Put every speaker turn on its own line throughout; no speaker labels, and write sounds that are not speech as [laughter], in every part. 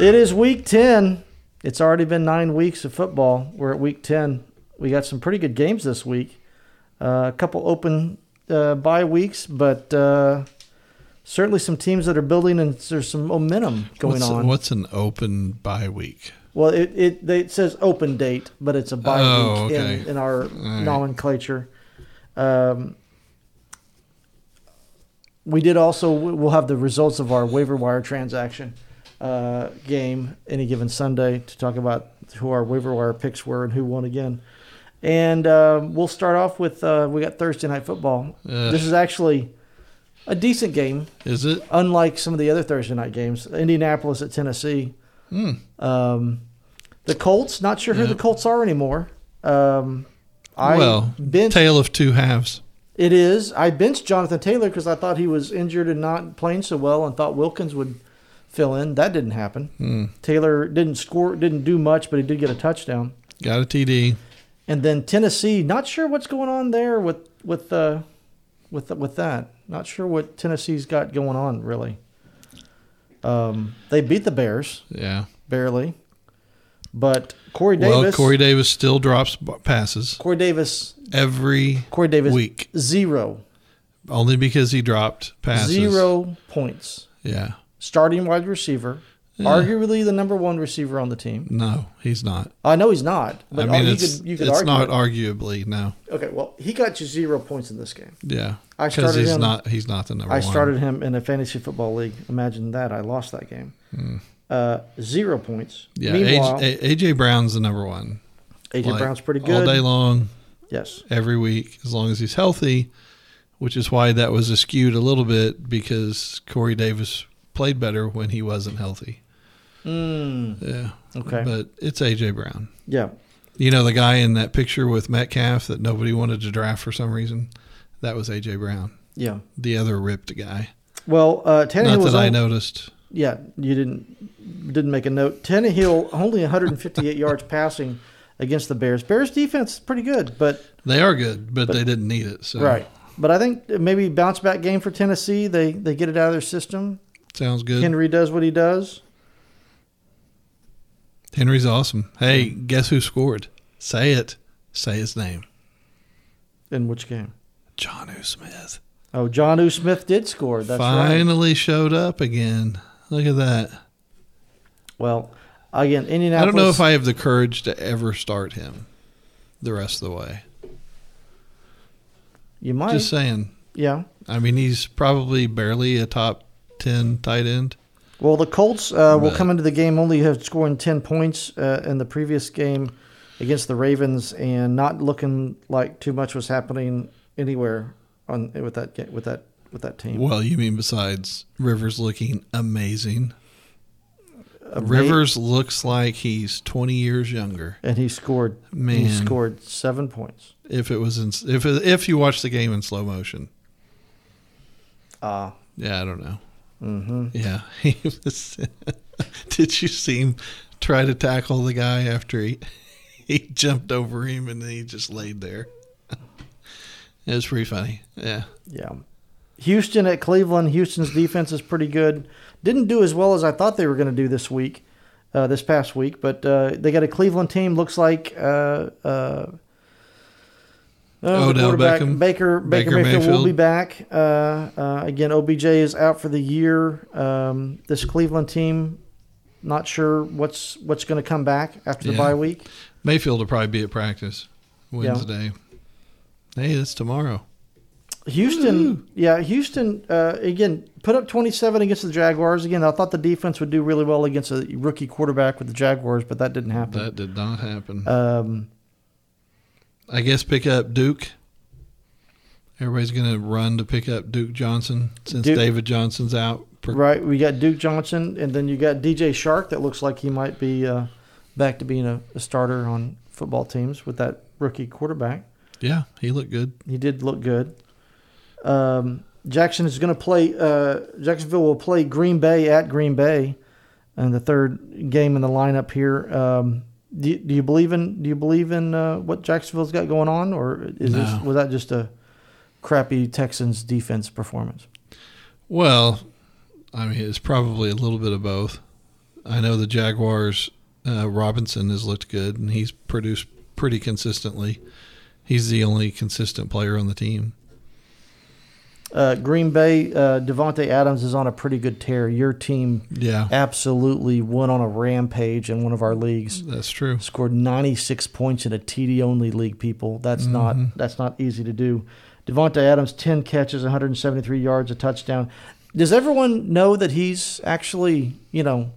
It is week 10. It's already been nine weeks of football. We're at week 10. We got some pretty good games this week. Uh, a couple open uh, bye weeks, but uh, certainly some teams that are building and there's some momentum going
what's,
on.
what's an open bye week?
Well, it, it, they, it says open date, but it's a bye
Oh,
week in,
okay.
in our
right.
nomenclature. Um, we did also, we'll have the results of our waiver wire transaction uh, game any given Sunday to talk about who our waiver wire picks were and who won again. And uh, we'll start off with uh, we got Thursday Night Football.
Ugh.
This is actually a decent game
Is it?
unlike some of the other Thursday night games. Indianapolis at Tennessee. Um, the Colts, not sure who
Hmm. Yeah.
the Colts are anymore. Um, I
well,
benched,
tale of two halves.
it is. I benched Jonathan Taylor because I thought he was injured and not playing so well, and thought Wilkins would fill in. That didn't happen.
Hmm.
Taylor didn't score, didn't do much, but he did get a touchdown.
Got a TD.
And then Tennessee, not sure what's going on there with with uh, with with that. Not sure what Tennessee's got going on really. Um, they beat the Bears
Yeah.
barely, but Corey Davis,
Well, Corey Davis still drops b- passes
Corey Davis,
every
Corey Davis,
week,
zero,
only because he dropped passes.
zero points.
Yeah.
Starting wide receiver, arguably the number one receiver on the team.
No, he's not.
I know he's not, but uh,
I mean,
you
it's,
could you could
it's
argue.
not
it.
arguably no.
okay, well, he got you zero points in this game.
Yeah.
I
Because
started
he's
him-
not. He's not the number
I
one.
started him in a fantasy football league. Imagine that. I lost that game. Uh, zero points.
Hmm. Yeah.
Meanwhile,
AJ, AJ Brown's the number one.
AJ
Like,
Brown's pretty
all
good.
day long.
Yes.
every week as long as he's healthy, which is why that was skewed a little bit because Corey Davis played better when he wasn't healthy.
Mm,
Yeah.
okay.
But it's AJ Brown.
yeah.
You know the guy in that picture with Metcalf that nobody wanted to draft for some reason? That was AJ Brown.
Yeah.
The other ripped guy.
Well, uh, Tannehill
Not
was
that I
on-
noticed.
Yeah, you didn't didn't make a note. Tannehill only 158
[laughs]
yards passing against the Bears. Bears defense is pretty good, but
They are good, but, they didn't need it. So
right. But I think maybe bounce back game for Tennessee. They they get it out of their system.
sounds good.
Henry does what he does.
Henry's awesome. Hey, guess who scored? Say it. Say his name.
In which game?
John U. Smith.
Oh, John U. Smith did score. That's right.
finally showed up again. Look at that.
Well, again, Indianapolis.
I don't know if I have the courage to ever start him the rest of the way.
You might.
Just saying.
yeah.
I mean, he's probably barely a top 10 tight end.
Well, the Colts uh, will
But-
come into the game only have scoring ten points uh, in the previous game against the Ravens, and not looking like too much was happening anywhere on with that ga- with that with that team.
Well, you mean besides Rivers looking amazing?
Uh, Ra-
Rivers looks like he's 20 years younger.
and he scored. He
Man.
scored seven points.
If it was in, if if you watch the game in slow motion,
Ah,
yeah, I don't know.
hmm
Yeah, [laughs] he was. Did you see him try to tackle the guy after he [laughs] he jumped over him and then he just laid there? [laughs] It was pretty funny. Yeah,
yeah. Houston at Cleveland. Houston's defense is pretty good. Didn't do as well as I thought they were going to do this week, uh, this past week. But uh, they got a Cleveland team. Looks like uh, uh, uh, the
Odell
quarterback,
Beckham.
Baker Baker,
Baker
Mayfield, will
Mayfield.
be back uh, uh, again. OBJ is out for the year. Um, this Cleveland team, not sure what's what's going to come back after the
Yeah.
bye week.
Mayfield will probably be at practice
Yeah.
Wednesday. Hey, that's tomorrow.
Houston, yeah, Houston uh, again put up 27 against the Jaguars. Again, I thought the defense would do really well against a rookie quarterback with the Jaguars, but that didn't happen.
That did not happen.
um,
I guess pick up Duke. Everybody's gonna run to pick up Duke Johnson since
Duke-
David Johnson's out. Per-
right, we got Duke Johnson, and then you got DJ Shark. That looks like he might be uh, back to being a, a starter on football teams with that rookie quarterback.
Yeah, he looked good.
He did look good. Um, Jackson is going to play. Uh, Jacksonville will play Green Bay at Green Bay, and the third game in the lineup here. Um, do, do you believe in Do you believe in uh, what Jacksonville's got going on, or is this
No.
was that just a crappy Texans defense performance?
Well, I mean, it's probably a little bit of both. I know the Jaguars. Uh, Robinson has looked good, and he's produced pretty consistently. He's the only consistent player on the team.
Uh, Green Bay, uh, Devonte Adams is on a pretty good tear. Your team
Yeah,
absolutely went on a rampage in one of our leagues.
that's true.
Scored 96 points in a TD only league. People, that's
Mm-hmm.
not that's not easy to do. Devonte Adams, 10 catches, 173 yards, a touchdown. Does everyone know that he's actually you know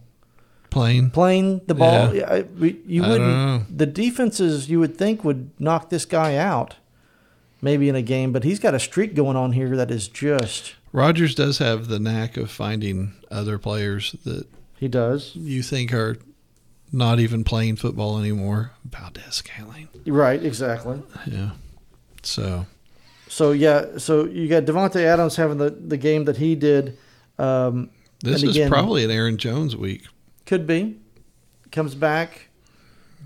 Plain.
playing the ball? Yeah. I, we, you
I don't know.
wouldn't. The defenses you would think would knock this guy out, maybe in a game, but he's got a streak going on here that is just.
Rogers does have the knack of finding other players that
He does.
you think are not even playing football anymore. Valdez Scaling.
Right, exactly.
Yeah. So
So yeah, so you got Devonte Adams having the, the game that he did. Um,
this
And
is
again-
probably an Aaron Jones week.
could be comes back.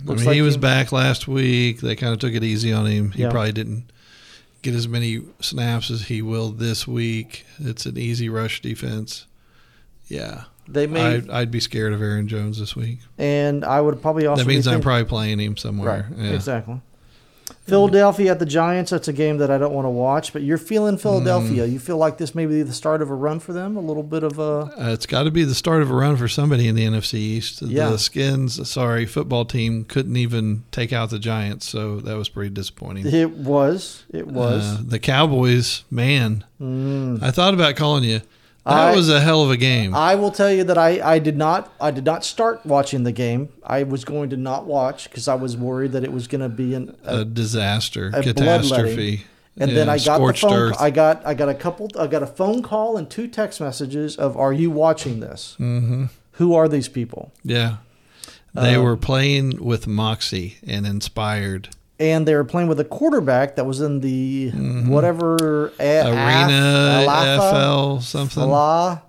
Looks
I mean,
like
he was
he-
back last week. They kind of took it easy on him. He
Yeah.
probably didn't get as many snaps as he will this week. It's an easy rush defense. Yeah.
They may,
I'd, I'd be scared of Aaron Jones this week.
and I would probably also.
that means
be
I'm
think-
probably playing him somewhere.
right.
Yeah.
Exactly. Philadelphia at the Giants. That's a game that I don't want to watch. But you're feeling
Mm.
Philadelphia. You feel like this may be the start of a run for them. A little bit of a
Uh, it's got to be the start of a run for somebody in the NFC East.
Yeah.
The Skins, sorry, football team couldn't even take out the Giants, so that was pretty disappointing.
it was it was.
Uh, the Cowboys, man,
Mm.
I thought about calling you. That
I-
was a hell of a game.
I will tell you that I, I did not I did not start watching the game. I was going to not watch because I was worried that it was going to be an
a disaster,
a bloodletting.
catastrophe.
And
Yeah,
then I got the
scorched
phone.
earth.
I got I got a couple. I got a phone call and two text messages of "Are you watching this?
Mhm.
Who are these people?"
Yeah. They
Um,
were playing with moxie and inspired.
And they were playing with a quarterback that was in the whatever a-
Mm-hmm. Arena,
Af- Alafa-
FL, something.
Ala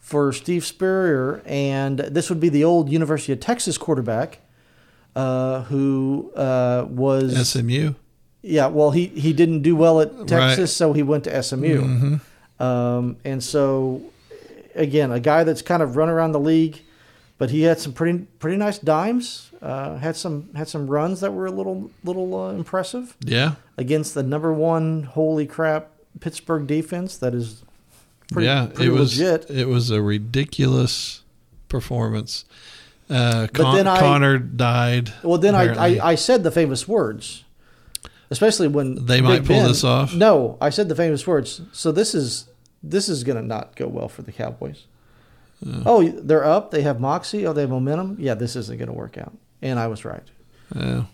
for Steve Spurrier, and this would be the old University of Texas quarterback uh, who uh, was
SMU.
Yeah, well, he, he didn't do well at Texas,
Right. Mm-hmm.
so he went to SMU. Um, and so, again, a guy that's kind of run around the league, but he had some pretty pretty nice dimes. Uh, had some had some runs that were a little little uh, impressive
Yeah.
against the number one holy crap Pittsburgh defense that is pretty,
yeah,
pretty
it was
legit.
it was a ridiculous performance. Uh,
But
Con-
then I-
Connor died.
Well, then I,
apparently.
I, I said the famous words, especially when
They
Big
might pull
Ben-
this off.
No, I said the famous words. So this is this is going to not go well for the Cowboys. Oh, they're up. They have moxie. Oh, they have momentum. Yeah, this isn't going to work out. And I was right.
Oh,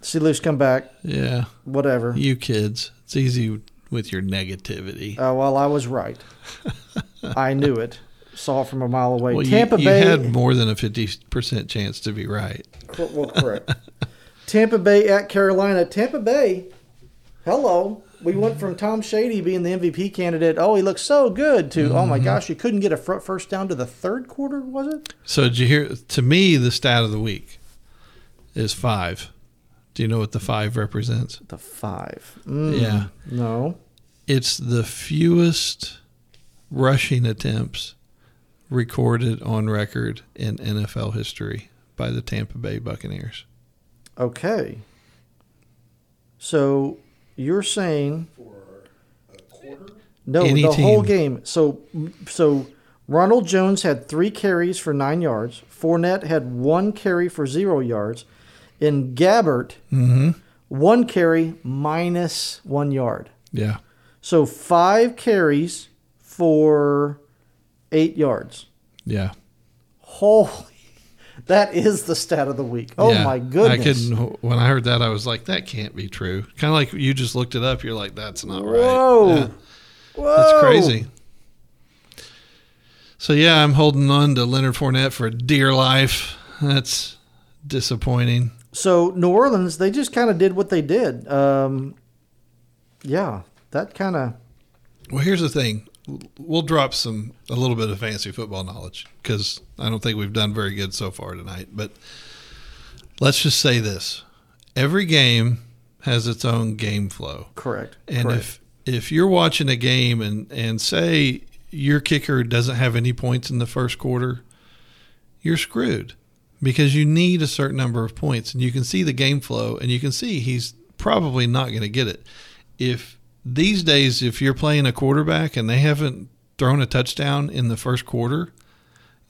See Leafs come back.
yeah,
Whatever.
you kids, it's easy with your negativity.
Uh, well, I was right. I knew it. Saw it from a mile away.
well, you-
Tampa
you,
Bay
had more than a fifty percent chance to be right.
Cor- Well, correct. Tampa Bay at Carolina. Tampa Bay. Hello. We went from Tom Shady being the MVP candidate. Oh, he looks so good. To oh my gosh, you couldn't get a fr- first down to the third quarter, was it?
So did you hear? To me, the stat of the week is five. Do you know what the five represents?
The five. Mm,
Yeah,
No.
it's the fewest rushing attempts recorded on record in NFL history by the Tampa Bay Buccaneers.
Okay. So you're saying no
Any
the whole
team.
game. So so Ronald Jones had three carries for nine yards. Fournette had one carry for zero yards, and Gabbert
Mm-hmm.
one carry minus one yard.
Yeah.
So five carries for eight yards.
Yeah.
Holy, [laughs] that is the stat of the week. Oh
Yeah.
my goodness!
I couldn't. When I heard that, I was like, "That can't be true." Kind of like you just looked it up. You're like, "That's not right."
Whoa.
Yeah.
Whoa,
That's crazy. So yeah, I'm holding on to Leonard Fournette for dear life. That's disappointing.
So New Orleans, they just kind of did what they did. Um, yeah, that kind of
Well, here's the thing. We'll drop some a little bit of fancy football knowledge because I don't think we've done very good so far tonight. But let's just say this: every game has its own game flow.
correct.
And
correct.
if if you're watching a game and and say your kicker doesn't have any points in the first quarter, you're screwed because you need a certain number of points. And you can see the game flow, and you can see he's probably not going to get it. If these days, if you're playing a quarterback and they haven't thrown a touchdown in the first quarter,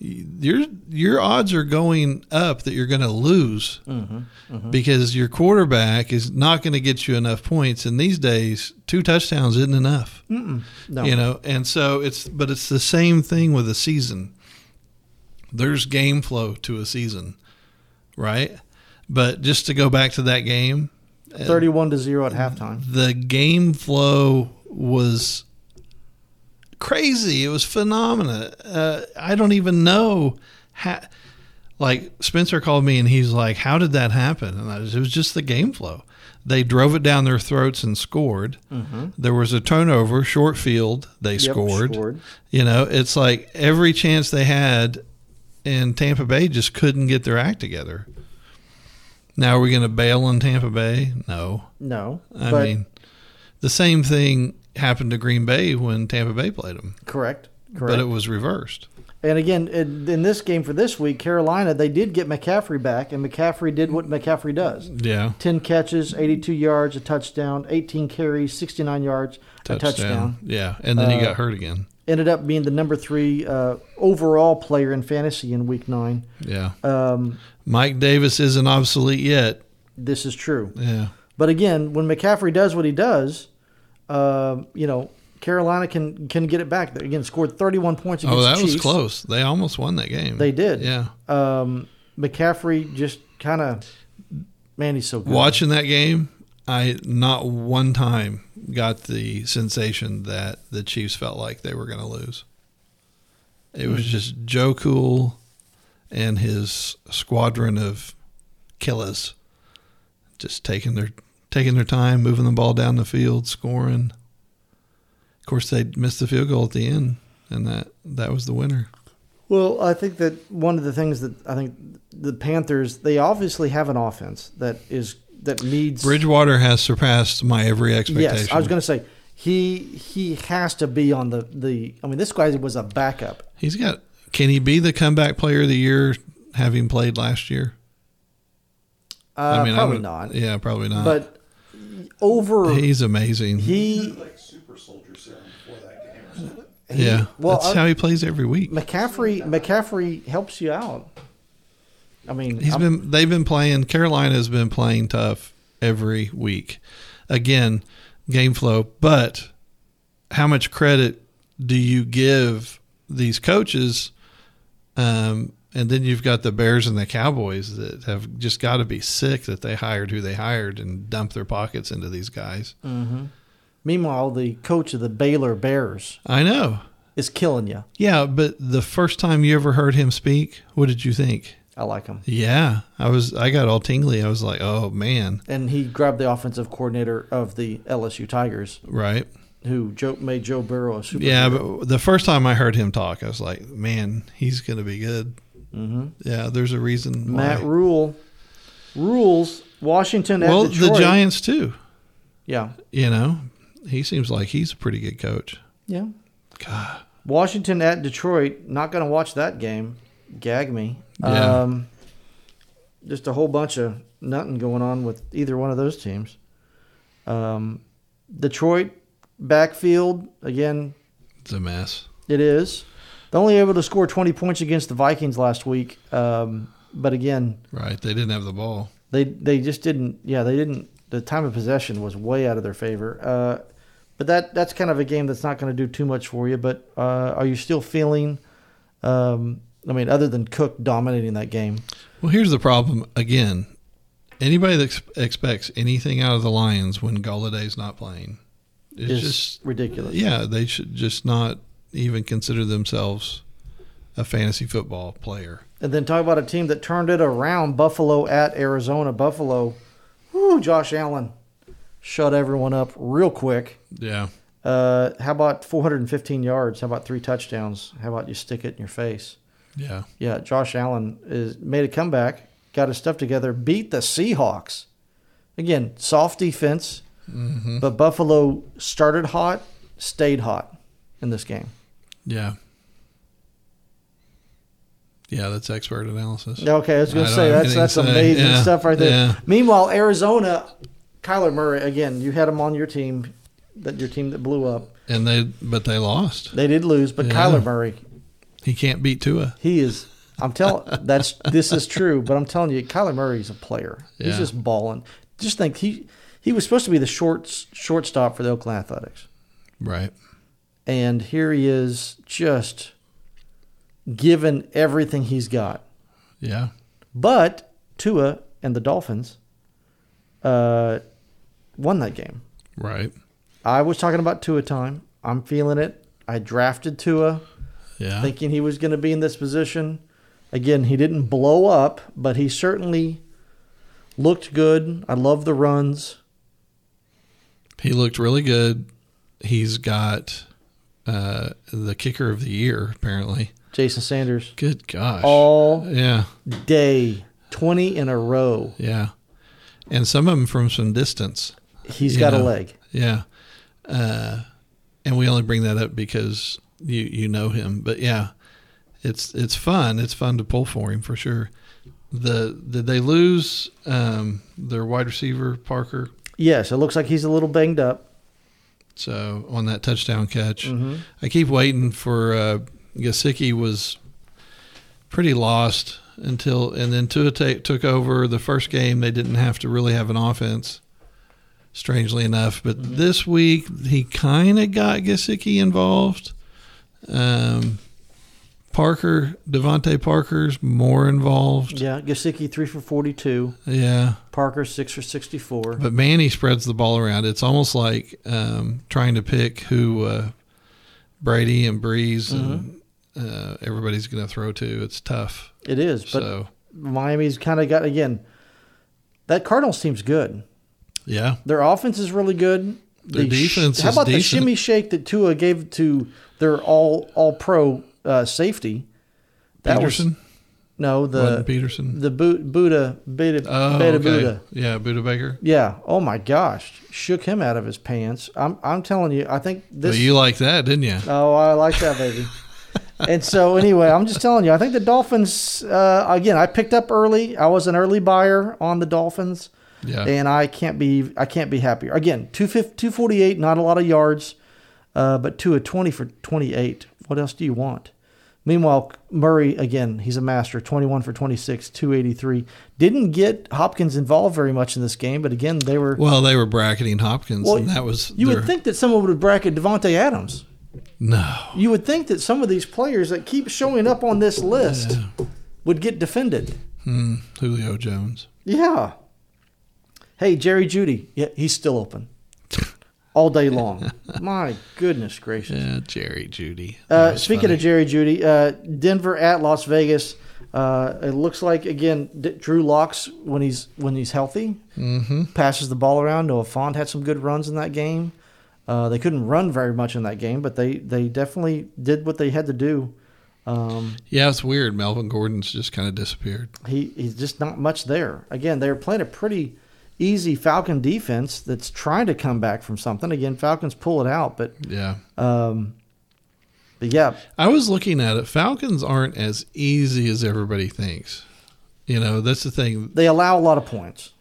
your your odds are going up that you're going to lose Mm-hmm. because your quarterback is not going to get you enough points. And these days, two touchdowns isn't enough.
No.
You know, and so it's but it's the same thing with a season. There's game flow to a season, right? But just to go back to that game, uh,
31 to 0 at halftime.
the game flow was crazy. It was phenomenal. Uh, I don't even know how. Like Spencer called me and he's like, "How did that happen?" And I was, it was just the game flow. They drove it down their throats and scored. There was a turnover, short field. They
Yep,
scored. You know, it's like every chance they had, and Tampa Bay just couldn't get their act together. Now are we going to bail on Tampa Bay? No.
No.
I
but
mean, the same thing happened to Green Bay when Tampa Bay played them,
correct. Correct.
but it was reversed.
And again, in, in this game for this week, Carolina, they did get McCaffrey back, and McCaffrey did what McCaffrey does
Yeah,
10 catches, 82 yards, a touchdown, 18 carries, 69 yards, a touchdown.
Yeah, and then he
Uh,
got hurt again.
Ended up being the number three uh, overall player in fantasy in week nine.
Yeah,
Um,
Mike Davis isn't obsolete yet.
this is true.
Yeah,
But again, when McCaffrey does what he does, uh, you know, Carolina can can get it back. They, again, scored 31 points against
oh, that
the Chiefs.
was close. They almost won that game.
They did.
Yeah,
Um, McCaffrey just kind of, man, he's so good.
watching that game, I not one time got the sensation that the Chiefs felt like they were going to lose. It was
Hmm.
just Joe Cool and his squadron of killers just taking their taking their time, moving the ball down the field, scoring. Of course, they missed the field goal at the end, and that that was the winner.
Well, I think that one of the things that I think the Panthers they obviously have an offense that is that needs
Bridgewater has surpassed my every expectation.
Yes, I was going to say he he has to be on the the. I mean, this guy was a backup.
He's got. Can he be the comeback player of the year, having played last year?
Uh,
I
probably
would-
not.
Yeah, probably not.
But over he
he's amazing.
he,
like super soldier serum for that game or something.
yeah,
well,
that's
uh,
how he plays every week.
McCaffrey McCaffrey helps you out. I mean,
He's
I'm-
been. They've been playing. Carolina's been playing tough every week. Again, game flow. But how much credit do you give these coaches? Um, and then you've got the Bears and the Cowboys that have just got to be sick that they hired who they hired and dumped their pockets into these guys.
meanwhile the coach of the Baylor Bears
I know.
is killing you.
Yeah, but the first time you ever heard him speak, what did you think?
I like him.
Yeah, I was I got all tingly. I was like, "Oh man."
And he grabbed the offensive coordinator of the LSU Tigers.
Right?
who Joe, made Joe Burrow a super.
Yeah, but the first time I heard him talk, I was like, "Man, he's going to be good."
hmm
Yeah, there's a reason why.
Matt Rule rules Washington at
well,
Detroit.
the Giants too,
Yeah,
you know. He seems like he's a pretty good coach.
yeah.
God.
Washington at Detroit. Not going to watch that game. Gag me.
Yeah.
Um, just a whole bunch of nothing going on with either one of those teams. Um, Detroit backfield again.
It's a mess.
It is. They only able to score twenty points against the Vikings last week. Um, but again,
Right? They didn't have the ball.
they they just didn't yeah they didn't the time of possession was way out of their favor uh, but that that's kind of a game that's not going to do too much for you but uh, are you still feeling um, i mean other than cook dominating that game
Well, here's the problem again. Anybody that ex- expects anything out of the Lions when Galladay's not playing, it's
is
just
ridiculous
Yeah, they should just not even consider themselves a fantasy football player.
and then talk about a team that turned it around buffalo at arizona buffalo Woo, josh allen shut everyone up real quick
Yeah.
uh, how about 415 yards how about three touchdowns how about you stick it in your face
Yeah.
Yeah, Josh Allen is made a comeback, got his stuff together, beat the Seahawks. Again, soft defense,
Mm-hmm.
but Buffalo started hot, stayed hot in this game.
Yeah. Yeah, that's expert analysis.
Okay, I was going
I
to
don't
say
have
that's that's
anything to say.
amazing
Yeah,
stuff right there.
yeah.
Meanwhile, Arizona, Kyler Murray again. You had him on your team, that your team that blew up.
And they but they lost.
They did lose, but
Yeah.
Kyler Murray,
He can't beat Tua.
he is. I'm telling that's this is true, but I'm telling you, Kyler Murray's a player. He's
Yeah.
just balling. Just think he he was supposed to be the short shortstop for the Oakland Athletics,
Right.
and here he is, just given everything he's got.
Yeah.
But Tua and the Dolphins uh, won that game.
Right.
I was talking about Tua time. I'm feeling it. I drafted Tua
Yeah.
thinking he was going to be in this position. Again, he didn't blow up, but he certainly looked good. I love the runs.
He looked really good. He's got uh, the kicker of the year, apparently.
Jason Sanders
Good gosh.
all
yeah.
day, 20 in a row.
Yeah. And some of them from some distance.
He's
You
got a
know.
leg.
Yeah. Uh, and we only bring that up because you you know him, but yeah, it's it's fun. It's fun to pull for him for sure. The did they lose um, their wide receiver Parker?
Yes, it looks like he's a little banged up.
So uh, on that touchdown catch, I keep waiting for uh, Gasicki was pretty lost until and then Tua ta- took over the first game. They didn't have to really have an offense, strangely enough. But this week he kind of got Gasicki involved. Um, Parker Devontae Parker's more involved.
Yeah, Gasicki, 3 for 42.
yeah.
Parker, 6 for 64.
But Manny spreads the ball around. It's almost like um, trying to pick who uh, Brady and Breeze and uh, everybody's going to throw to. It's tough.
It is, Mm-hmm. but
so
Miami's kind of got again. That Cardinals team's good.
yeah,
Their offense is really good.
Their
The sh-
defense
How
is
about the
decent.
shimmy shake that Tua gave to their all all pro uh, safety? That was
Peterson
no
wasn't
the
Peterson.
the Bu- Buddha Beta
oh,
Beta
okay.
Buddha.
Yeah, Buddha Baker.
Yeah. Oh my gosh, shook him out of his pants. I'm I'm telling you, I think this.
Well, you like that, didn't you?
Oh, I like that,
[laughs]
baby. and so, anyway, I'm just telling you, I think the Dolphins, uh, again, I picked up early. I was an early buyer on the Dolphins,
Yeah,
and I can't be I can't be happier. Again, 250 248, not a lot of yards, uh, but two of 20 for 28. What else do you want? Meanwhile, Murray, again, he's a master, 21 for 26, 283. Didn't get Hopkins involved very much in this game, but again, they were.
Well, they were bracketing Hopkins,
Well,
and that was
you
their-
would think that someone would bracket Devontae Adams.
no.
You would think that some of these players that keep showing up on this list would get defended.
Hmm, Julio Jones.
Yeah. Hey, Jerry Judy. Yeah, he's still open [laughs] all day long. My goodness gracious.
Yeah, Jerry Judy. That
Uh,
was
speaking
funny.
of Jerry Judy, uh, Denver at Las Vegas. Uh, it looks like again D- Drew Locks when he's when he's healthy passes the ball around. Noah Font had some good runs in that game. Uh, they couldn't run very much in that game, but they they definitely did what they had to do. Um,
yeah, it's weird. Melvin Gordon's just kind of disappeared.
he he's just not much there. Again, they're playing a pretty easy Falcon defense that's trying to come back from something. Again, Falcons pull it out, but
Yeah.
um, but yeah,
I was looking at it. Falcons aren't as easy as everybody thinks. You know, that's the thing.
they allow a lot of points.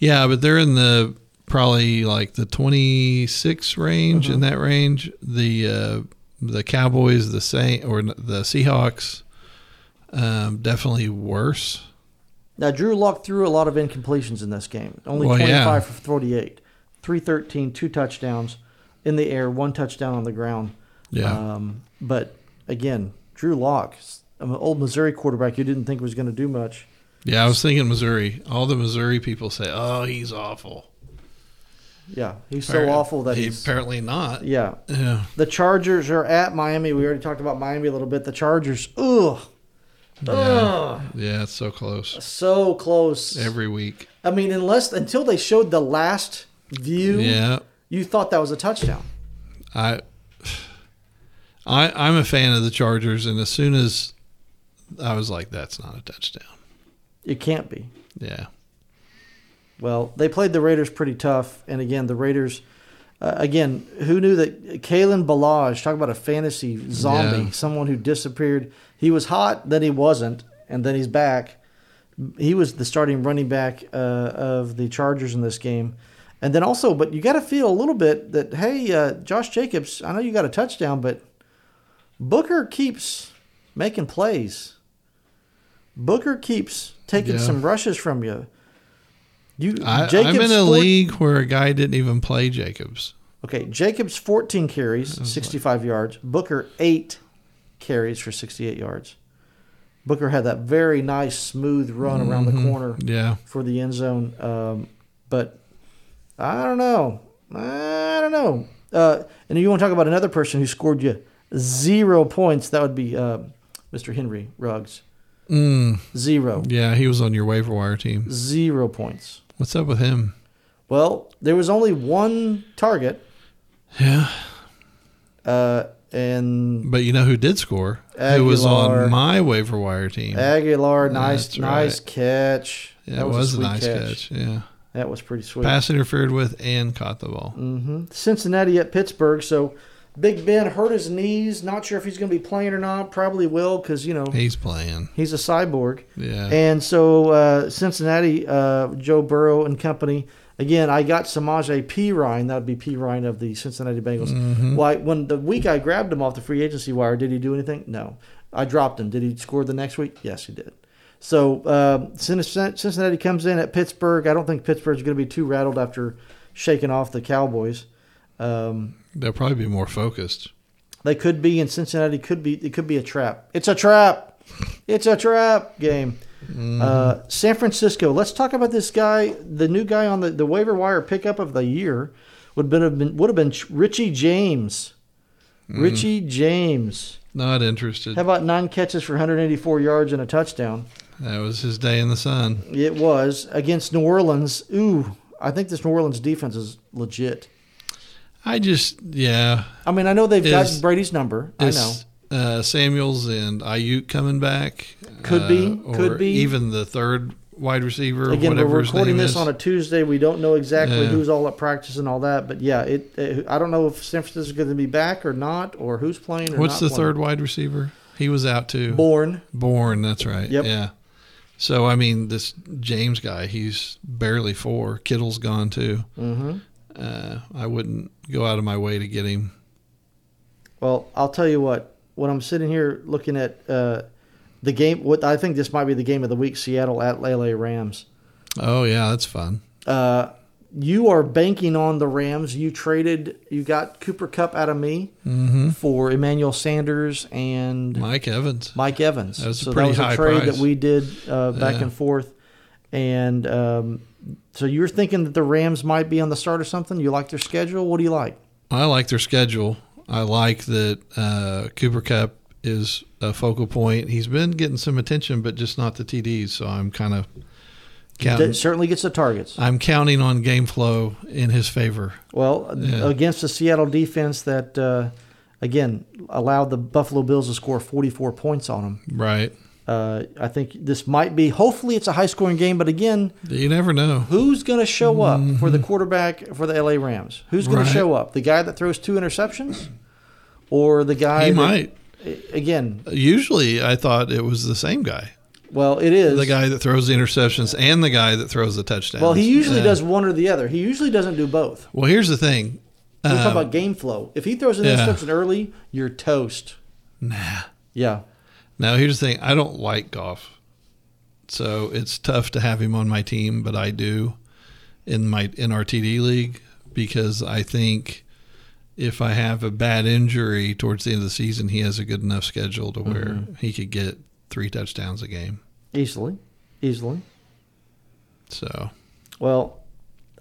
Yeah, but they're in the probably like the 26 range in
Uh-huh.
that range. The uh the Cowboys, the Saint or the Seahawks um definitely worse.
Now Drew Luck threw a lot of incompletions in this game. Only
Well,
twenty
yeah.
five for forty eight, three thirteen, two touchdowns in the air, one touchdown on the ground.
Yeah.
Um, but again, Drew Lock, an old Missouri quarterback you didn't think was going to do much.
yeah, I was thinking Missouri. All the Missouri people say, "Oh, he's awful."
Yeah, he's so awful that
he
he's
apparently not.
yeah.
Yeah.
The Chargers are at Miami. We already talked about Miami a little bit. The Chargers, ugh, ugh,
Yeah, it's so close.
so close.
Every week.
I mean, unless until they showed the last view,
Yeah.
you thought that was a touchdown.
I, I, I'm a fan of the Chargers, and as soon as I was like, "That's not a touchdown."
It can't be.
Yeah,
Well, they played the Raiders pretty tough, and again, the Raiders. Uh, again, who knew that Kalen Balaj? Talk about a fantasy zombie,
Yeah.
someone who disappeared. He was hot, then he wasn't, and then he's back. He was the starting running back uh, of the Chargers in this game. And then also, but you got to feel a little bit that, hey, uh, Josh Jacobs, I know you got a touchdown, but Booker keeps making plays. Booker keeps taking
Yeah.
some rushes from you. You,
I, I'm in a
scored-
league where a guy didn't even play Jacobs.
Okay, Jacobs 14
Oh,
carries, 65 yards. Booker 8 carries for 68 yards. Booker had that very nice smooth run around the corner
Mm-hmm. Yeah.
for the end zone. Um, but I don't know. I don't know. Uh, and you want to talk about another person who scored you zero points? That would be uh, Mr. Henry Ruggs.
Mm,
Zero.
yeah, he was on your waiver wire team.
Zero points.
What's up with him?
Well, there was only one target,
Yeah.
uh, and
But you know who did score? Who was
Aguilar.
on my waiver wire team.
Aguilar, nice,
That's
nice
right.
catch.
Yeah,
that
it
was, a, sweet
nice
catch.
catch. Yeah.
That was pretty sweet.
Pass interfered with and caught the ball.
hmm Cincinnati at Pittsburgh. So Big Ben hurt his knees. Not sure if he's going to be playing or not. Probably will because you know
He's playing.
he's a cyborg.
Yeah.
And so uh, Cincinnati, uh, Joe Burrow and company. Again, I got Samaje P. Ryan. That would be P. Ryan of the Cincinnati Bengals. Why? When the week I grabbed him off the free agency wire, did he do anything? No. I dropped him. Did he score the next week? Yes, he did. So uh, Cin- Cincinnati comes in at Pittsburgh. I don't think Pittsburgh's going to be too rattled after shaking off the Cowboys. Um,
They'll probably be more focused.
they could be, and Cincinnati could be. It could be a trap. It's a trap. It's a trap game.
Mm-hmm.
Uh, San Francisco. Let's talk about this guy, the new guy on the, the waiver wire pickup of the year. Would been have been would have been Richie James.
Mm.
Richie James.
Not interested.
How about nine catches for 184 yards and a touchdown?
That was his day in the sun.
It was against New Orleans. Ooh, I think this New Orleans defense is legit.
I just, yeah.
I mean, I know they've
Is-
got Brady's number. I know.
Is, Uh, Samuels and Ayuk coming back.
Could
Uh,
be,
or
could be.
Even the third wide receiver,
Again,
whatever
we're
his
recording
name
this
is.
on a Tuesday. We don't know exactly
Yeah.
who's all at practice and all that, but yeah, it. it- I don't know if San Francisco's going to be back or not, or who's playing. Or
What's
not
the third wide receiver? He was out too.
Playing. Born.
Born, that's right.
Yep.
Yeah. So I mean, this James guy, he's barely four. Kittle's gone too.
hmm
Uh, I wouldn't go out of my way to get him.
Well, I'll tell you what. When I'm sitting here looking at uh, the game, what I think this might be the game of the week: Seattle at LA Rams.
Oh yeah, that's fun.
Uh, you are banking on the Rams. You traded. You got Cooper Cup out of me
Mm-hmm.
for Emmanuel Sanders and
Mike Evans.
Mike Evans.
That was a
so
pretty
that was
high
a trade
price.
that we did uh, back
Yeah.
and forth. And um, so you were thinking that the Rams might be on the start or something. You like their schedule. What do you like?
I like their schedule. I like that uh, Cooper Cup is a focal point. He's been getting some attention, but just not the TDs. So I'm kind of counting.
That certainly gets the targets.
I'm counting on game flow in his favor.
Well,
Yeah.
against the Seattle defense that, uh, again, allowed the Buffalo Bills to score 44 points on them.
Right.
Uh, I think this might be. Hopefully, it's a high scoring game. But again,
You never know.
who's going to show up for the quarterback for the LA Rams? Who's going
Mm-hmm. Right.
to show up? The guy that throws two interceptions, or the guy
He
that-
might.
again
Usually, I thought it was the same guy.
Well, it is
the guy that throws the interceptions and the guy that throws the touchdowns.
Well, he usually
Yeah.
does one or the other. He usually doesn't do both.
Well, here's the thing.
We talk
Um,
about game flow. If he throws an
yeah.
interception early, you're toast.
nah.
Yeah.
Now, here's the thing. I don't like golf, so it's tough to have him on my team, but I do in my in our TD league because I think if I have a bad injury towards the end of the season, he has a good enough schedule to where
Mm-hmm.
he could get three touchdowns a game.
Easily. Easily.
So
Well,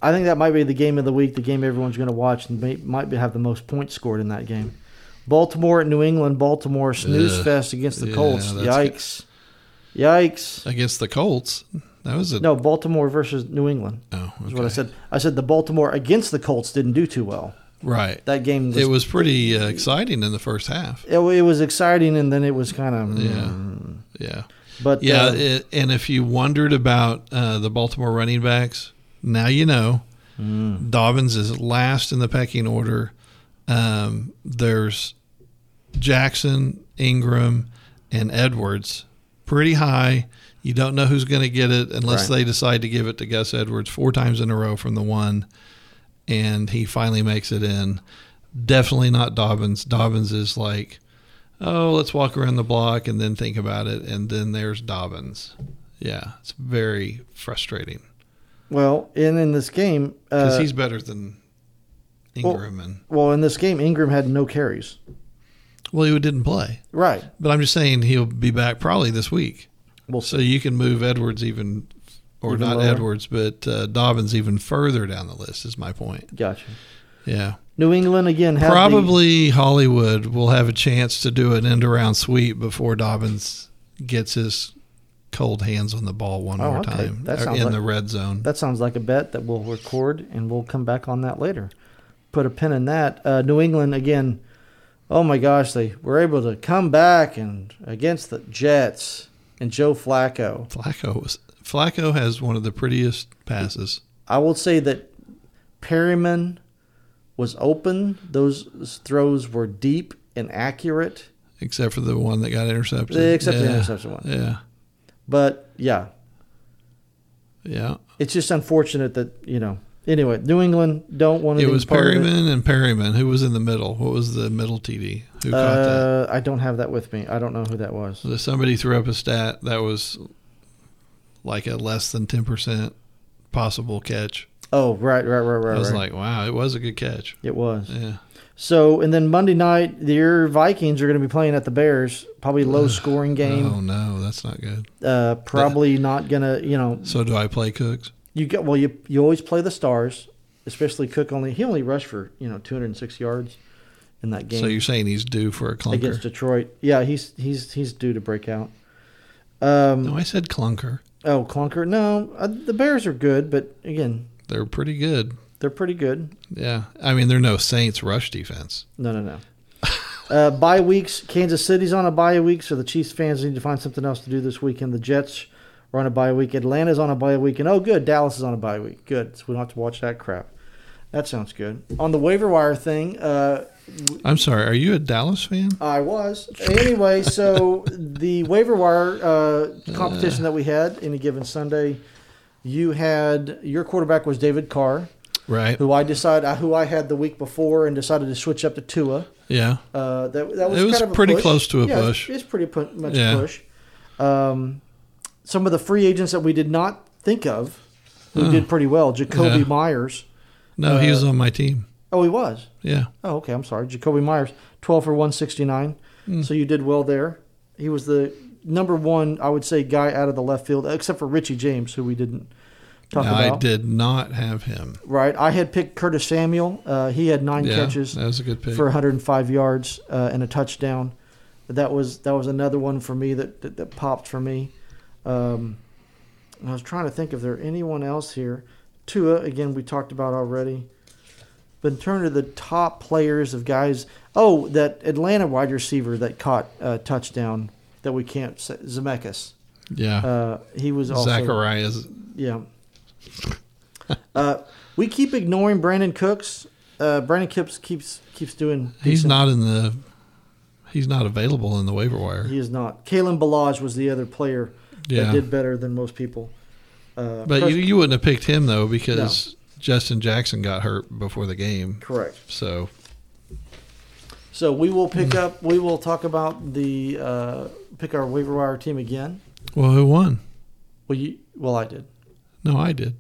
I think that might be the game of the week, the game everyone's going to watch and may, might be, have the most points scored in that game. Baltimore at New England. Baltimore snooze
Ugh.
fest against the
Yeah,
Colts.
that's
Yikes. Yikes.
against the Colts, that was a
No, Baltimore versus New England
Oh,
is what I
okay.
said. I said the Baltimore against the Colts didn't do too well.
Right.
That game was
It was pretty uh, exciting in the first half.
it, it was exciting and then it was kind of
Yeah.
Mm.
Yeah.
but
Yeah.
uh,
it, and if you wondered about uh, the Baltimore running backs, now you know. Dobbins is last in the pecking order. Um, there's Jackson, Ingram, and Edwards. pretty high. You don't know who's going to get it unless
Right.
they decide to give it to Gus Edwards four times in a row from the one, and he finally makes it in. Definitely not Dobbins. Dobbins is like, oh, let's walk around the block and then think about it, and then there's Dobbins. Yeah, it's very frustrating
Well, and in this game,
because
uh,
he's better than Ingram and
well, in this game, Ingram had no carries.
well, he didn't play.
Right.
But I'm just saying he'll be back probably this week.
We'll
so you can move Edwards even, or
Even
not
lower?
Edwards, but uh, Dobbins even further down the list is my point.
Gotcha.
Yeah,
New England again had the-
probably Hollywood will have a chance to do an end around sweep before Dobbins gets his cold hands on the ball one
Oh,
more
okay.
time
That
uh,
sounds
in
like-
the red zone.
that sounds like a bet that we'll record and we'll come back on that later. Put a pin in that. Uh, New England again. Oh my gosh, they were able to come back and against the Jets and Joe Flacco.
Flacco was Flacco has one of the prettiest passes.
I will say that Perryman was open. Those throws were deep and accurate,
Except for the one that got intercepted.
except the
Yeah.
interception one.
Yeah.
But yeah,
Yeah.
it's just unfortunate that you know. Anyway, New England don't want to.
It
be
was
part of it.
Perryman and Perryman. Who was in the middle? What was the middle TD? Who caught that?
Uh, I don't have that with me. I don't know who that was.
So somebody threw up a stat that was like a less than 10% possible catch.
Oh, right, right, right, right.
I was
right.
like, wow, it was a good catch.
it was.
Yeah.
So, and then Monday night, your Vikings are going to be playing at the Bears. Probably low scoring
Oh,
game.
no, that's not good.
Uh, probably not going to, you know,
So do I play Cooks?
you got well, you you always play the stars, especially Cook. Only he only rushed for you know 206 yards in that game.
So you're saying he's due for a clunker?
against Detroit. Yeah, he's he's he's due to break out. Um,
no, I said clunker.
Oh, clunker. No, uh, the Bears are good, but again,
They're pretty good.
they're pretty good.
Yeah. I mean, they're no Saints rush defense.
No, no, no. Uh, bye weeks. Kansas City's on a bye week, so the Chiefs fans need to find something else to do this weekend. The Jets are on a bye week. Atlanta's on a bye week, and oh, good, Dallas is on a bye week. Good, so we don't have to watch that crap. That sounds good. On the waiver wire thing, uh,
I'm sorry. Are you a Dallas fan?
I was. Anyway, so the waiver wire uh, competition that we had any given Sunday, you had your quarterback was David Carr,
Right.
who I decided who I had the week before and decided to switch up to Tua.
Yeah.
Uh, that that was
It was
kind of a
pretty
push.
close to a
yeah,
push.
It's, it's pretty pu- much
Yeah.
a push. Um, some of the free agents that we did not think of who did pretty well. Jacoby
Yeah.
Myers.
No, he was on my team.
Oh, he was.
Yeah.
Oh, okay. I'm sorry. Jacoby Myers, 12 for 169.
Hmm.
So you did well there. He was the number one, I would say, guy out of the left field, except for Richie James, who we didn't talk
No,
about.
I did not have him.
Right. I had picked Curtis Samuel. Uh, he had nine
yeah,
catches
That was a good pick.
for 105 yards uh, and a touchdown. That was that was another one for me that that, that popped for me. Um, I was trying to think if there anyone else here. Tua again we talked about already. But turn to the top players of guys. Oh, that Atlanta wide receiver that caught a touchdown that we can't say, Zemeckis.
yeah.
Uh, he was also
Zacharias.
yeah. Uh, we keep ignoring Brandon Cooks. Uh, Brandon Kipps keeps keeps doing.
He's
decent-
not in the. He's not available in the waiver wire.
He is not. Kalen Balaj was the other player that
Yeah.
did better than most people. Uh,
But
Chris-
you, you wouldn't have picked him though because Justin Jackson got hurt before the game.
correct.
So
So we will pick up. We will talk about the uh, pick our waiver wire team again.
well, who won?
Well, you. Well, I did.
No, I did.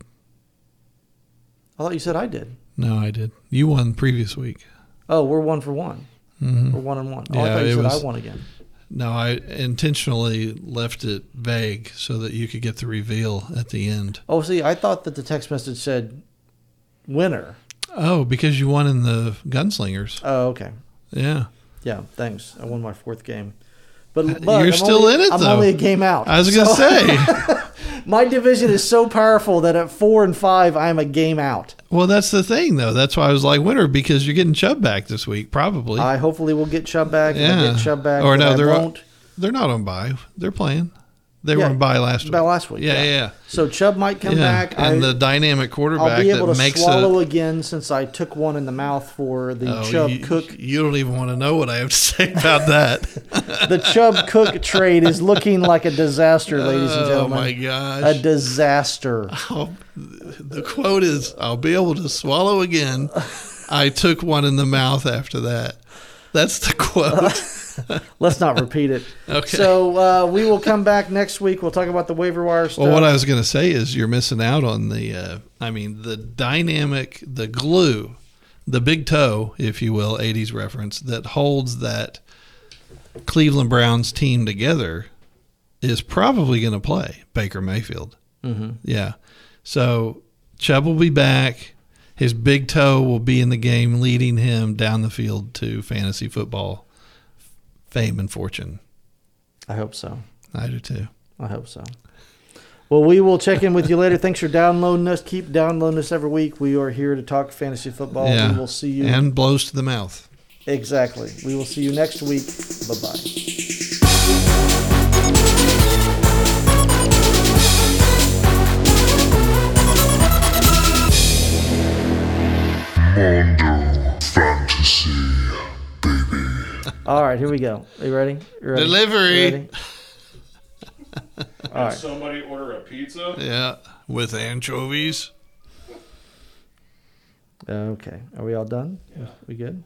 I thought you said I did.
No, I did. You won previous week.
Oh, we're one for one.
hmm
We're one on one. Oh, I
Yeah,
thought you
it
said
was-
I won again.
No, I intentionally left it vague so that you could get the reveal at the end.
Oh, see, I thought that the text message said winner.
Oh, because you won in the gunslingers.
Oh, okay.
Yeah.
Yeah, thanks. I won my fourth game. But,
Uh,
but I'm
you're still
only-
in it,
I'm
though.
only a game out.
I was gonna
So,
say.
[laughs]
[laughs]
my division is so powerful that at four and five, I am a game out.
Well, that's the thing, though. That's why I was like winter because you're getting Chubb back this week, probably.
I hopefully will get Chubb back. If I
Yeah.
get Chubb back,
Or
or
no,
I
they're-
won't.
They're not on bye. They're playing. They
Yeah,
were in by last week.
by last week.
yeah, yeah, yeah.
So Chubb might come
Yeah,
back.
and
I,
the dynamic
I'll
quarterback
be able
that
to
makes
swallow
a
again since I took one in the mouth for the
Oh,
Chubb
you,
Cook.
You don't even want to know what I have to [laughs] say about that.
The Chubb
[laughs]
Cook trade is looking like a disaster, ladies and
oh
gentlemen.
my
a
gosh!
disaster.
I'll- the quote is, "I'll be able to swallow again." I took one in the mouth after that. That's the
[laughs]
quote.
Let's not repeat it.
[laughs] Okay.
So uh, we will come back next week. We'll talk about the waiver wire stuff.
Well, what I was going to say is you're missing out on the, uh, I mean, the dynamic, the glue, the big toe, if you will, 80s reference, that holds that Cleveland Browns team together is probably going to play Baker Mayfield. Mm-hmm. Yeah. So Chubb will be back. His big toe will be in the game, leading him down the field to fantasy football fame and fortune.
I hope so.
I do too.
I hope so. Well, we will check in with you later. Thanks for downloading us. Keep downloading us every week. We are here to talk fantasy football.
yeah.
We will see you.
And blows to the mouth.
exactly. We will see you next week. Bye bye.
Mondo Fantasy, baby.
All right, here we go. Are you ready? You ready?
Delivery.
You ready? All right.
Somebody order a pizza?
Yeah, with anchovies.
Okay. Are we all done? We good?